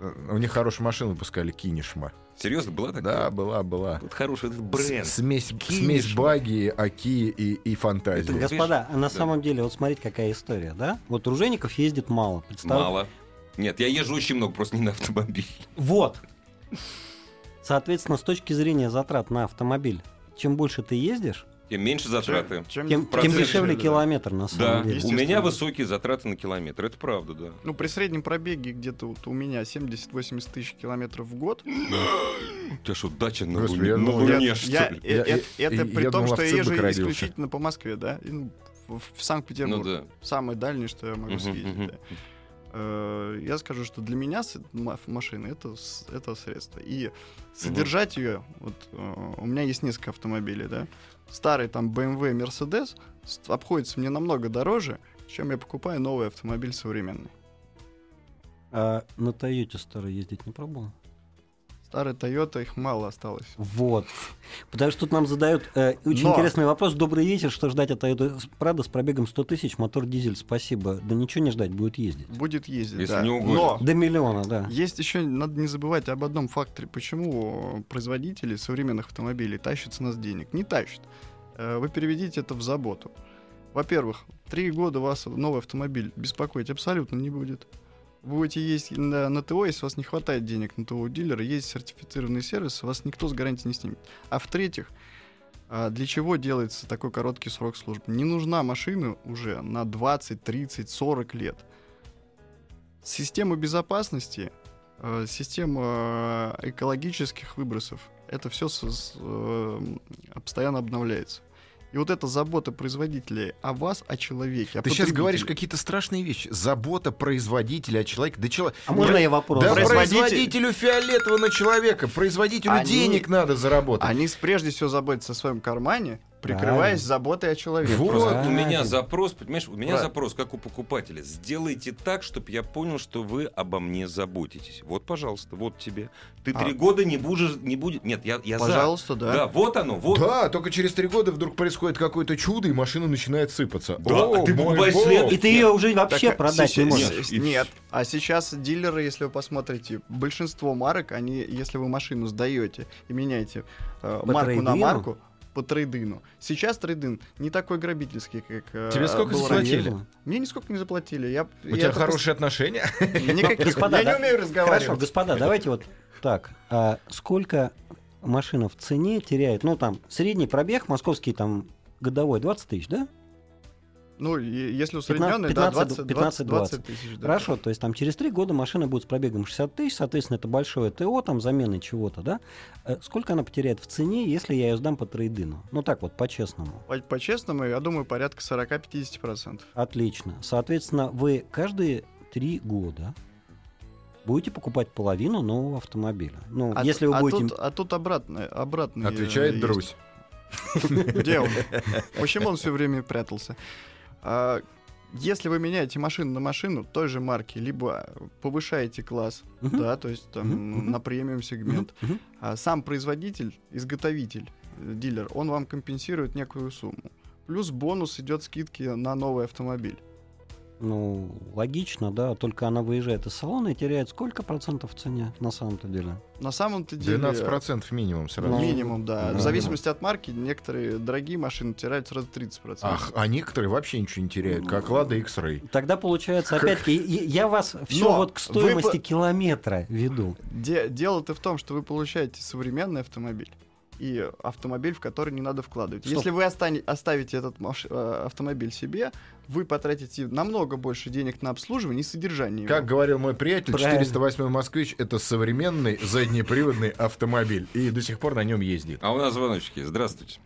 э, У них хорошую машину выпускали, Кинешма.
Серьезно, была такая?
Да, была, была.
Вот хороший этот
С-
бренд.
Смесь,
Кинешма.
смесь баги, аки и, и фантазии.
Это-
Господа, а на
Да.
самом деле, вот смотрите, какая история, да? Вот Ружейников ездит мало. представь-
Мало. Нет, я езжу очень много, просто не на автомобиль.
Вот. Соответственно, с точки зрения затрат на автомобиль, чем больше ты ездишь,
Тем меньше затраты.
Чем,
тем, тем
процент
дешевле
да.
километр на самом
Да,
деле.
у меня
Естественно.
высокие затраты на километр. Это правда, да.
Ну, при среднем пробеге где-то вот у меня 70-80 тысяч километров в год.
Ну, У тебя что, дача на
Господи,
Луне?
я
На
думал,
Луне,
Я-
что
я-
ли?
э-
Я-
э-
я-
Это
я
при том,
думал,
что я
овцебык
езжу
родился.
исключительно по Москве, да? и, ну, В
Ну
в Санкт-Петербург.
да.
Самый дальний, что я
Мгм,
могу
мгм.
съездить. да. Э, Я скажу, что для меня с- ма- машина это, с- это средство. И содержать ее, вот э, у меня есть несколько автомобилей, да. Старый там BMW Mercedes с- обходится мне намного дороже, чем я покупаю новый автомобиль современный.
А на Тойоте старой ездить не пробовал?
Старый Toyota, их мало осталось.
Вот. Потому что тут нам задают э, очень
Но.
интересный вопрос. Добрый вечер, что ждать от Toyota Prado с пробегом 100 тысяч, мотор дизель, спасибо. Да ничего не ждать, будет ездить.
Будет ездить,
Если
да.
не угонят.
Но
До миллиона, да.
Есть еще, надо не забывать об одном факторе, почему э, производители современных автомобилей тащат с нас денег. Не тащат. Э, Вы переведите это в заботу. Во-первых, три года вас новый автомобиль беспокоить абсолютно не будет. Вы будете ездить на, на ТО, если у вас не хватает денег на ТО у дилера, есть сертифицированный сервис, вас никто с гарантии не снимет. А в-третьих, а для чего делается такой короткий срок службы? Не нужна машина уже на 20, 30, 40 лет. Система безопасности, э, система э, экологических выбросов, это все э, постоянно обновляется. И вот эта забота производителей о вас, о человеке, о
Ты сейчас
потребителе.
говоришь какие-то страшные вещи. Забота производителя о человеке. Да, чело-
А можно я вопрос?
Да
задам?
производитель-
производителю фиолетово на человека. Производителю
Они-
денег надо заработать.
Они с- прежде всего заботятся о своем кармане, прикрываясь
Правильно.
заботой о человеке.
Вот.
Просто
Правильно.
у меня запрос, понимаешь, у меня
Правильно.
запрос, как у покупателя. Сделайте так, чтобы я понял, что вы обо мне заботитесь. Вот, пожалуйста, вот тебе. Ты
А.
три года не будешь, не будет. Нет, я, я за.
Пожалуйста,
Да.
да.
вот оно, вот.
Да, только через три года вдруг происходит какое-то чудо, и машина начинает сыпаться.
Да,
О,
а ты
мой
покупаешь
бог.
след-
И ты ее уже вообще
Так,
продать
сейчас-
не можешь.
Нет,
И-
нет. а сейчас дилеры, если вы посмотрите, большинство марок, они, если вы машину сдаете и меняете э,
По
марку на
трейдину?
марку по трейдину. Сейчас трейдин не такой грабительский, как э,
Тебе сколько
был
заплатили?
раньше. Мне нисколько не заплатили. Я,
У тебя
хорошие
хорошие отношения?
Господа,
я
да?
не умею
Хорошо,
разговаривать.
господа, давайте вот так. А сколько машина в цене теряет? Ну, там, средний пробег, московский там годовой 20 тысяч, да?
Ну, е- если усредненный, да, 20,
15,
20, 20 тысяч. да.
Хорошо, то есть там через три года машина будет с пробегом 60 тысяч, соответственно, это большое ТО, там замена чего-то, да? Э, Сколько она потеряет в цене, если я ее сдам по трейдину? Ну так вот, по-честному.
По- По-честному, я думаю, порядка 40-50%.
Отлично. Соответственно, вы каждые три года будете покупать половину нового автомобиля. Ну,
А
если
т-
вы
а
будете...
тут, а тут обратно, э, обратно.
Отвечает Друзь.
Где он? Почему он все время прятался? А, Если вы меняете машину на машину той же марки, либо повышаете класс,
Мгм.
да, то есть
Мгм,
там на премиум сегмент,
Мгм, мгм.
а сам производитель, изготовитель, э, дилер, он вам компенсирует некую сумму. Плюс бонус идет скидки на новый автомобиль.
Ну, логично, да, только она выезжает из салона и теряет сколько процентов в цене на самом-то деле?
На самом-то деле...
12% минимум сразу.
Ну,
Минимум, да.
да.
В зависимости от марки, некоторые дорогие машины теряют сразу 30%.
Ах, а некоторые вообще ничего не теряют,
Ну,
как Лада X-Ray.
Тогда получается, опять-таки, я я вас все
Но
вот к
вы
стоимости
по-
километра веду.
Де- дело-то в том, что вы получаете современный автомобиль и автомобиль, в который не надо вкладывать.
Стоп.
Если вы остане- оставите этот маш- э, автомобиль себе, вы потратите намного больше денег на обслуживание и содержание.
Как
его.
говорил мой приятель,
Правильно.
408 москвич это современный заднеприводный автомобиль. И до сих пор на нем ездит.
А у нас звоночки. Здравствуйте.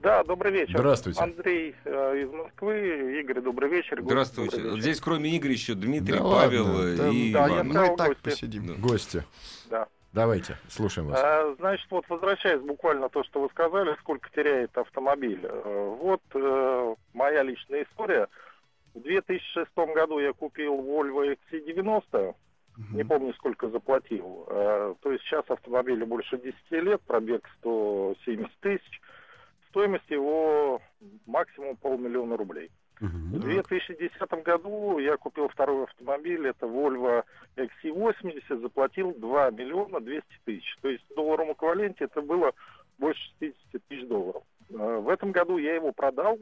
Да, добрый вечер.
Здравствуйте.
Андрей э, из Москвы. Игорь, добрый вечер. Гоша, добрый
Здравствуйте.
вечер.
Здесь кроме Игоря еще Дмитрий,
Да
Павел
ладно,
э,
там-
и
да, я
Иван.
Мы
сказал,
и так
гости.
посидим.
Да.
Гости.
Да.
Давайте, слушаем вас.
А, значит, вот возвращаясь буквально то, что вы сказали, сколько теряет автомобиль. Э, Вот э, моя личная история. В 2006 году я купил Volvo XC90.
Мгм.
Не помню, сколько заплатил. Э, То есть сейчас автомобилю больше 10 лет, пробег 170 тысяч. Стоимость его максимум полмиллиона рублей. В
Мгм.
2010 году я купил второй автомобиль, это Volvo XC80, заплатил 2 миллиона 200 тысяч. То есть в долларовом эквиваленте это было больше 60 тысяч долларов. Э, В этом году я его продал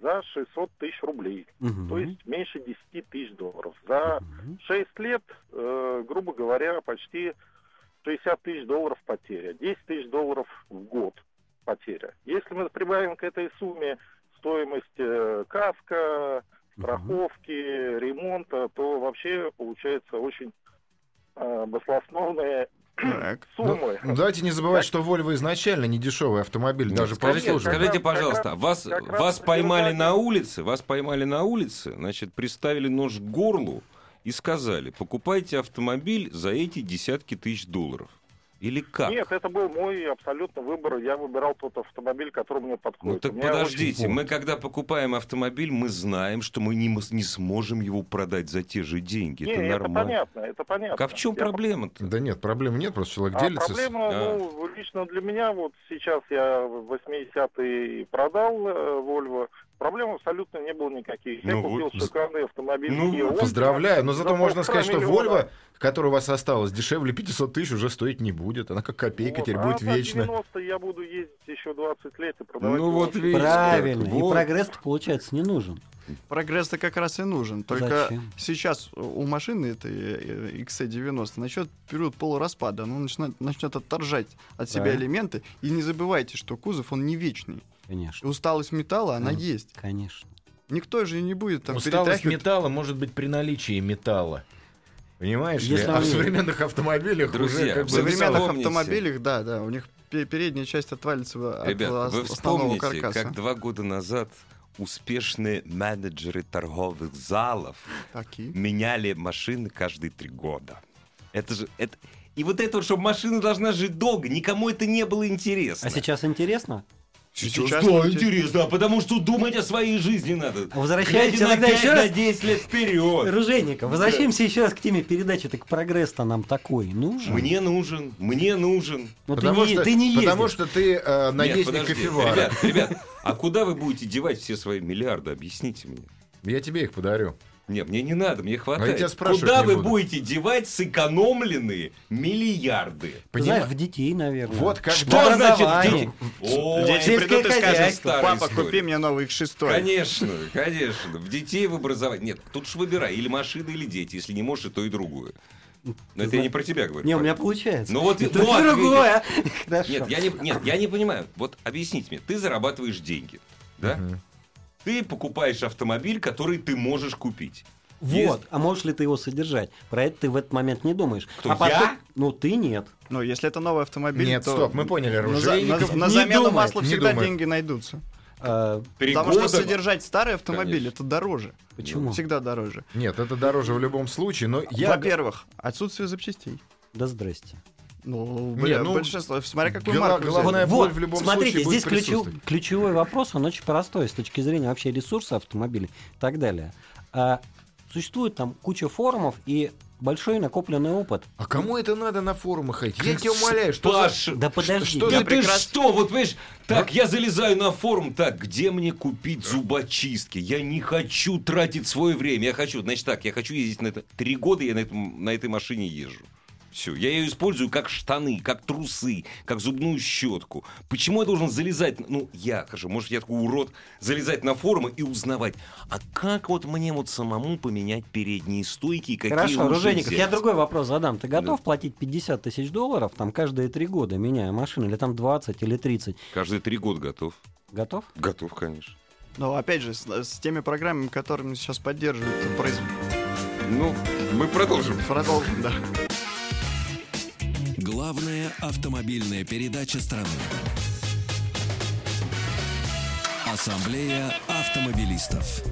за 600 тысяч рублей,
Мгм.
то есть а, меньше 10 тысяч долларов. За
Мгм.
6 лет, э, грубо говоря, почти 60 тысяч долларов потеря, 10 тысяч долларов в год потеря. Если мы прибавим к этой сумме стоимость э, каска, страховки, ремонта, то вообще получается очень э, баснословные
Так.
суммы.
Ну, давайте не забывать, что Volvo изначально не дешевый автомобиль, даже по
скажите,
обслуживанию.
скажите,
Как раз-
пожалуйста,
как
вас,
раз- как раз
вас поймали
подтверждаю.
на улице, вас поймали на улице, значит, приставили нож к горлу и сказали, покупайте автомобиль за эти десятки тысяч долларов. Или как?
Нет, это был мой абсолютно выбор. Я выбирал тот автомобиль, который мне
Ну
подходит.
так
У меня
подождите,
очень-
мы когда покупаем автомобиль, мы знаем, что мы не, мос- не сможем его продать за те же деньги.
Не,
это
это,
нормально.
понятно, это понятно.
а в чем
Я
проблема-то?
Да нет, проблем нет, просто человек
А
делится. с-
проблема,
Да.
ну, лично для меня, вот сейчас я 80-й продал э, Volvo, проблем абсолютно не было никаких. Я
Ну
купил
вот.
шикарный автомобиль.
Ну,
Kia Optima
Поздравляю, но
за
зато можно
Ну, полтора
сказать, что
миллиона.
Volvo, которая у вас осталась, дешевле 500 тысяч уже стоить не будет. Она как копейка
Вот.
теперь
А
будет
за
вечно.
90 я буду ездить еще 20 лет и продавать.
Ну вот
его.
видите.
Правильно.
как.
И
Вот.
прогресс получается не нужен.
Прогресс-то как раз и нужен. Только
Зачем?
сейчас у машины этой э, XC90 начнет период полураспада. Она начнет, начнет отторжать от себя
Правильно.
элементы. И не забывайте, что кузов, он не вечный.
Конечно.
Усталость металла, она
Мгм.
есть.
Конечно.
Никто же не будет там
Усталость
перетряхивать
металла может быть при наличии металла. Понимаешь? ли?
Если
А в
они-
современных автомобилях
Друзья,
уже как
В
Вы
бы...
современных
вспомните.
автомобилях, да, да, у них пе- передняя часть отвалится в- от
Ребята,
ос-
вы
основного
вспомните,
каркаса.
как два года назад успешные менеджеры торговых залов
Такие.
меняли машины каждые три года. Это же... Это... И вот это вот, чтобы машина должна жить долго, никому это не было интересно.
А сейчас интересно?
Сейчас
да,
не те-
интересно, а потому что думать о своей жизни надо.
А возвращаемся тогда
пять,
еще раз.
10 лет вперед.
Ружейников, возвращаемся еще раз к теме передачи. Так прогресс-то нам такой нужен.
Мне нужен, мне нужен.
Но ты
Потому
не,
что,
ты не ездишь.
потому что ты э,
Нет,
наездник
подожди.
кофевара.
Ребят, ребят, а куда вы будете девать все свои миллиарды? Объясните мне.
Я тебе их подарю.
Не, мне не надо, мне
А я
хватает.
тебя спрашивать
Куда
не
вы
буду.
будете девать сэкономленные миллиарды?
Ты
Понима-
Знаешь, в детей, наверное.
Вот как
В
бы-
значит
образовании.
О,
Дети Сельское придут и скажут, хозяйство.
старая
Папа,
история.
купи мне новый X6.
Конечно, конечно. В детей в образование. Нет, тут же выбирай, или машина, или дети, если не можешь, и то и другое. Но это я не про тебя говорю.
Не, у меня
Павел.
получается.
Ну вот, и-
Это
вот,
другое. Хорошо.
Нет, я не, нет, я не понимаю. Вот объясните мне, ты зарабатываешь деньги, да?
Мгм.
Ты покупаешь автомобиль, который ты можешь купить.
Вот, а можешь ли ты его содержать? Про это ты в этот момент не думаешь.
Кто,
а потом-
я?
Ну ты нет.
Ну, если это новый автомобиль,
Нет,
то
стоп, мы поняли,
на, за- на-
оружейников.
на
не
замену
думает,
масла
не
всегда
думает.
деньги найдутся.
А,
Три
Потому
года-
что содержать старый автомобиль
Конечно.
это дороже.
почему?
Всегда дороже.
Нет, это дороже в любом случае, но я...
Во-первых, отсутствие запчастей.
Да здрасте.
Ну,
Не,
бля,
ну,
большинство. Смотря какую
гла-
марку взять.
главное- Головная боль
Э, Вот,
в любом
смотрите,
случае будет
здесь ключу-
присутствовать.
ключевой вопрос, он очень простой с точки зрения вообще ресурса автомобилей и так далее. А, существует там куча форумов и большой накопленный опыт.
А кому это надо на форумы ходить? Я тебя умоляю, что за-
Паша,
Да подожди.
что
я
за ты что? Вот понимаешь, так, я залезаю на форум, так, где мне купить зубочистки? Я не хочу тратить свое время. Я хочу, значит так, я хочу ездить на это. Три года я на, этом, на этой машине езжу. Все, я ее использую как штаны, как трусы, как зубную щетку. Почему я должен залезать, на- ну, я, скажу, может, я такой урод, залезать на форумы и узнавать, а как вот мне вот самому поменять передние стойки и какие
Хорошо,
лучше
Ружейников, я
взять?
другой вопрос задам. Ты готов платить 50 тысяч долларов там каждые три года, меняя машину, или там 20, или 30?
Каждые три года готов.
Готов?
Готов, конечно.
Но опять же, с, с теми программами, которыми сейчас поддерживают производство.
Ну, мы продолжим.
Продолжим, да.
Главная автомобильная передача страны. Ассамблея автомобилистов.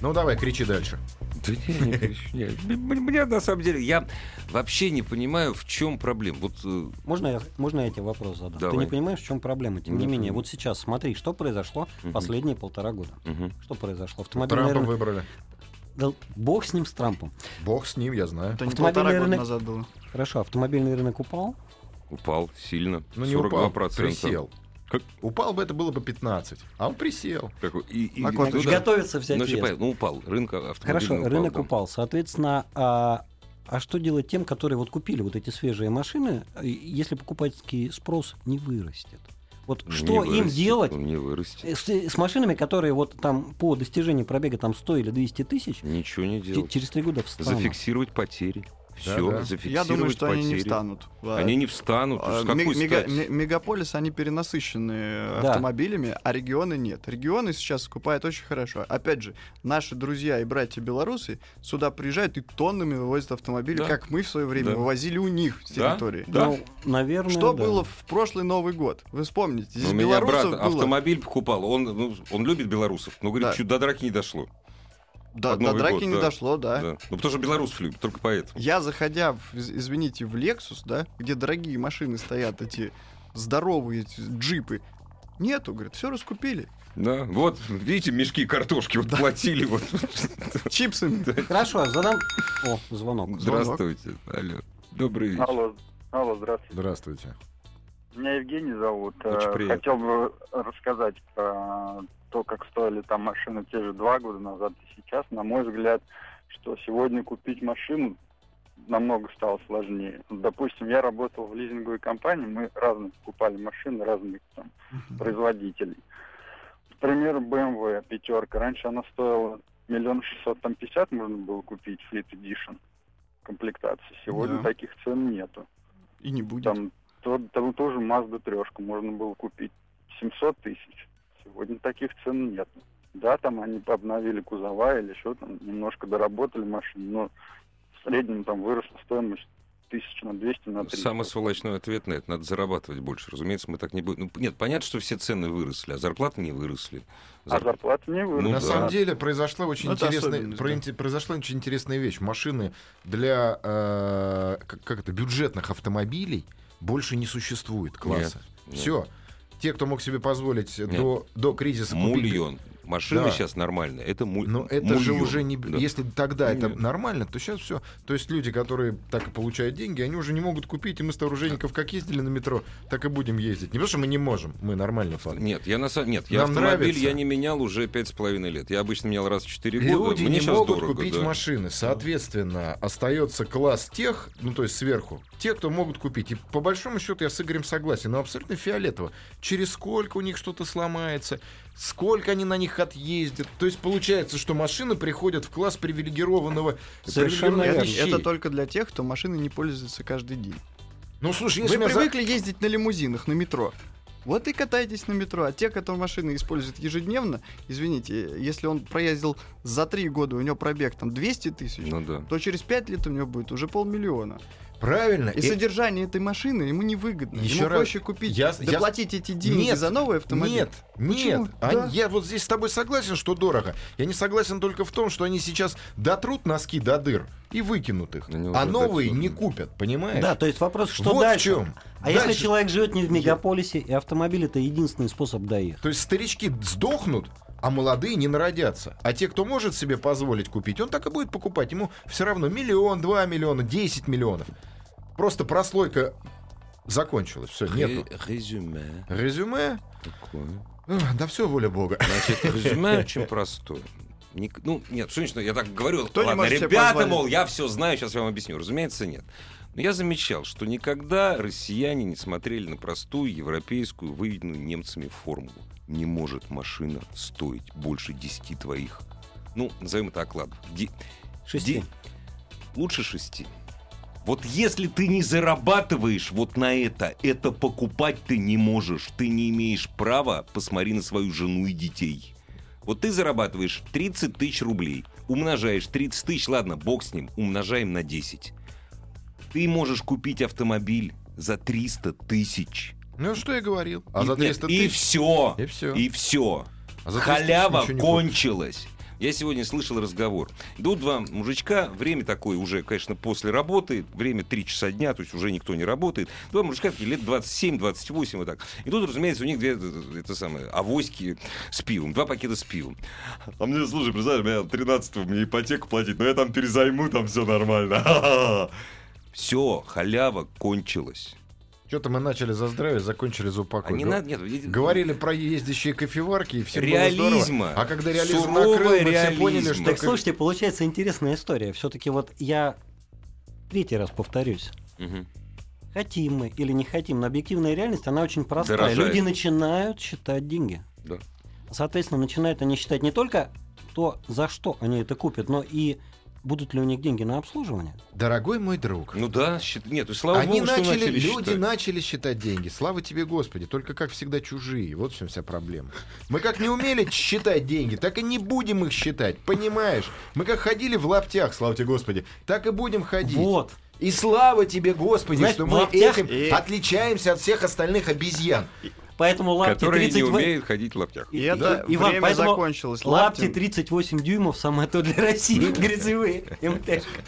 Ну давай, кричи дальше.
Да я не кричу, не. М- м- Мне на самом деле, я вообще не понимаю, в чем проблема. Вот э,
Можно я, можно я тебе вопрос задам? Ты
Давай.
не понимаешь, в чем проблема? Тем не
Не
менее,
понимаю.
вот сейчас смотри, что произошло
Мгм.
последние полтора года.
мгм.
Что произошло? Автомобильный
Трампа
рынок-
выбрали.
Да бог с ним, с Трампом.
Бог с ним, я знаю.
Это не
Автомобильный
полтора года
рынок.
назад было.
Хорошо, автомобильный рынок упал.
упал сильно.
Ну
42%.
не упал, присел.
Как?
Упал бы это было бы 15, а он присел.
Как, и, и-
Так вот,
ну, да.
Готовятся всякие.
Ну, щипает, ну, упал. Рынок автомобильный
Хорошо,
упал,
рынок
да.
упал. Соответственно, а, а что делать тем, которые вот купили вот эти свежие машины, э, если покупательский спрос не вырастет? Вот
Не
что им
вырастет,
делать
Не вырастет.
с, с машинами, которые вот там по достижении пробега там 100 или 200 тысяч,
Ничего не
че-
делать.
через три года встанут?
Зафиксировать потери. Все,
да.
Я
зафиксировать
думаю, что
потери.
они не встанут. А,
Они не встанут.
а,
С какой
ми- мега-
стати?
ми- мегаполис, они перенасыщены э,
Да.
автомобилями, а регионы нет. Регионы сейчас скупают очень хорошо. Опять же, наши друзья и братья белорусы сюда приезжают и тоннами вывозят автомобили,
Да.
как мы в свое время
Да.
вывозили у них с
Да?
территории.
Да.
Ну, наверное,
Что
да.
было в прошлый Новый год? Вы вспомните,
Ну,
здесь
у меня брат
белорусов было...
автомобиль покупал, он, ну, он любит белорусов, но говорит,
Да.
чуть до драки не дошло.
Да,
под
до
Новый
драки
год,
не
да.
дошло, да.
Да. Ну, потому что белорусов любит, только поэтому.
Я заходя, в, из- извините, в Lexus, да, где дорогие машины стоят, эти здоровые эти джипы, нету, говорит, все раскупили.
Да, вот, видите, мешки картошки вот платили. Вот.
Чипсами.
Хорошо, задам... О, звонок.
Здравствуйте. Алло. Добрый вечер.
Алло, алло, здравствуйте.
Здравствуйте.
Меня Евгений зовут. Э,
Очень приятно.
Хотел бы рассказать про то, как стоили там машины те же два года назад и сейчас. На мой взгляд, что сегодня купить машину намного стало сложнее. Допустим, я работал в лизинговой компании, мы разные покупали машины разных там, производителей. К примеру, BMW пятерка. Раньше она стоила миллион шестьсот там пятьдесят можно было купить Fleet Edition комплектации. Сегодня
Да.
таких цен нету.
И не будет.
Там, то, там тоже Mazda трешку можно было купить 700 тысяч. Сегодня таких цен нет. Да, там они обновили кузова или еще там немножко доработали машину, но в среднем там выросла стоимость тысяч на 200 на 300.
Самый сволочной ответ на это. Надо зарабатывать больше. Разумеется, мы так не будем. Ну, нет, понятно, что все цены выросли, а зарплаты не выросли.
А
Зар-
зарплата не выросла.
Ну
На
да.
самом деле произошла очень
Ну, это
интересная,
особенность,
проин-
да.
произошла очень интересная вещь. Машины для э, как, как это бюджетных автомобилей больше не существует класса.
Нет.
Все. Те, кто мог себе позволить
Нет.
до, до кризиса купить-
Мульон. Машина
Да.
сейчас нормальная. Это муль...
Но это же
мульон.
уже не...
Да.
Если тогда это
Нет.
нормально, то сейчас все. То есть люди, которые так и получают деньги, они уже не могут купить, и мы с Оружейников как ездили на метро, так и будем ездить. Не потому что мы не можем, мы нормальный факт.
Нет, я на самом нет, я
Нам
автомобиль
нравится.
я не менял уже пять с половиной лет. Я обычно менял раз в четыре года.
Люди
Мне
не
сейчас
могут
дорого,
купить
да.
машины. Соответственно, остается класс тех, ну то есть сверху, те, кто могут купить. И по большому счету я с Игорем согласен, но абсолютно фиолетово. Через сколько у них что-то сломается, сколько они на них отъездят. То есть получается, что машины приходят в класс привилегированного
Совершенно
привилегированных
Это,
вещей.
это только для тех, кто машины не пользуется каждый день.
Ну слушай, если
Вы
меня за-
привыкли ездить на лимузинах, на метро. Вот и катайтесь на метро. А те, кто машины используют ежедневно, извините, если он проездил за три года, у него пробег там 200 тысяч,
Ну да.
то через пять лет у него будет уже полмиллиона.
Правильно.
И,
и-
содержание этой машины ему невыгодно.
Еще
ему
раз,
проще купить,
я- я-
доплатить эти деньги
Нет,
за новый автомобиль.
Нет,
Почему?
нет. Они-
Да.
Я вот здесь с тобой согласен, что дорого. Я не согласен только в том, что они сейчас дотрут носки до дыр и выкинут их.
Они
а
уже
новые
так
не
сложно.
купят, понимаешь?
Да, то есть вопрос, что
вот в
дальше?
чем.
А если человек живет не в мегаполисе, и автомобиль это единственный способ доехать?
То есть старички сдохнут, а молодые не народятся. А те, кто может себе позволить купить, он так и будет покупать. Ему все равно миллион, два миллиона, десять миллионов. Просто прослойка закончилась. Все, нету.
Ре- Резюме
Резюме?
такое.
Эх, Да все, воля бога.
Значит, резюме очень простое. Ник- ну, нет, что значит, ну, я так говорю,
Кто не
ладно,
может себе
ребята,
позволить?
мол, я все знаю, сейчас я вам объясню. Разумеется, нет. Но я замечал, что никогда россияне не смотрели на простую европейскую, выведенную немцами формулу. Не может машина стоить больше 10 твоих, ну, назовем это окладов. Ди-
Шести.
Ди- Лучше шести. Вот если ты не зарабатываешь вот на это, это покупать ты не можешь. Ты не имеешь права, посмотри на свою жену и детей. Вот ты зарабатываешь 30 тысяч рублей, умножаешь 30 тысяч, ладно, бог с ним, умножаем на 10. Ты можешь купить автомобиль за 300 тысяч.
Ну, что я говорил. А
И-
за
нет,
300
И
тысяч...
все.
И все.
И все.
А за 300 тысяч
Халява
ничего не купишь.
кончилась. Я сегодня слышал разговор. Идут два мужичка, время такое уже, конечно, после работы, время 3 часа дня, то есть уже никто не работает. Два мужичка такие лет 27-28 вот так. И тут, разумеется, у них две э, это самое, авоськи с пивом, два пакета с пивом. А мне, слушай, представляешь, меня 13 мне ипотеку платить, но я там перезайму, там все нормально. Все, халява кончилась.
Что-то мы начали за здравие, закончили за упокой.
А не
Гов-
надо, нет, и-
Говорили про ездящие кофеварки, и все было
Реализма.
здорово. А когда реализм
Сурового
накрыл, мы все
реализма.
поняли,
Так,
что...
Так слушайте, получается интересная история. Все-таки вот я третий раз повторюсь.
Мгм.
Хотим мы или не хотим, но объективная реальность, она очень простая.
Дорожает.
Люди начинают считать деньги.
Да.
Соответственно, начинают они считать не только то, за что они это купят, но и будут ли у них деньги на обслуживание.
Дорогой мой друг,
Ну да, счит- нет, и слава
Они
богу, что
начали,
начали
люди
считать.
начали считать деньги. Слава тебе, Господи. Только, как всегда, чужие. Вот в чем вся проблема. Мы как не умели считать деньги, так и не будем их считать. Понимаешь? Мы как ходили в лаптях, слава тебе, Господи, так и будем ходить.
Вот.
И слава тебе, Господи,
Знаешь,
что
в
мы
лаптях-
этим
И-
отличаемся от всех остальных обезьян.
Поэтому лапти
которые
30...
не умеют ходить в лаптях.
И это
Иван,
время
поэтому
закончилось.
Лапти
Лаптин-
38 дюймов, самое то для России, грязевые, МТшка.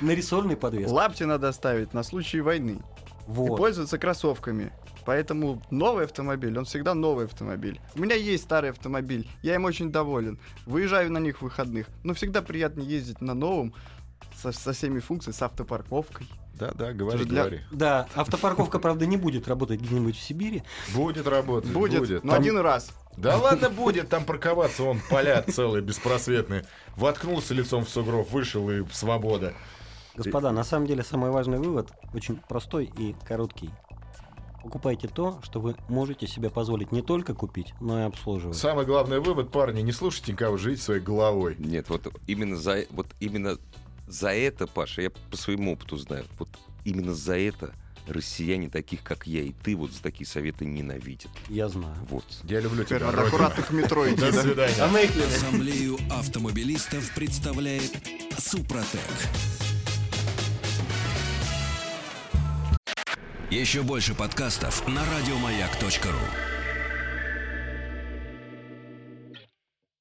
Нарисованный подвес.
Лапти надо оставить на случай войны. И
Вот.
пользоваться кроссовками. Поэтому новый автомобиль, он всегда новый автомобиль. У меня есть старый автомобиль, я им очень доволен. Выезжаю на них в выходных. Но всегда приятно ездить на новом, со, со всеми функциями, с автопарковкой.
Да, да, говори,
Это же для-
говори.
Да, автопарковка, правда, не будет работать где-нибудь в Сибири.
Будет работать.
Будет, но
Там-
один раз.
Да ладно будет там парковаться, он поля целые, беспросветные. Воткнулся лицом в сугроб, вышел и свобода.
Господа, на самом деле самый важный вывод очень простой и короткий. Покупайте то, что вы можете себе позволить не только купить, но и обслуживать.
Самый главный вывод, парни, не слушайте никого, живите своей головой.
Нет, вот именно за вот именно за это, Паша, я по своему опыту знаю, вот именно за это россияне таких, как я и ты, вот за такие советы ненавидят.
Я знаю.
Вот.
Я люблю тебя,
Теперь надо
Родина.
аккуратно к метро идти.
До
да?
свидания.
Ассамблею автомобилистов представляет Супротек. Еще больше подкастов на радиомаяк.ру.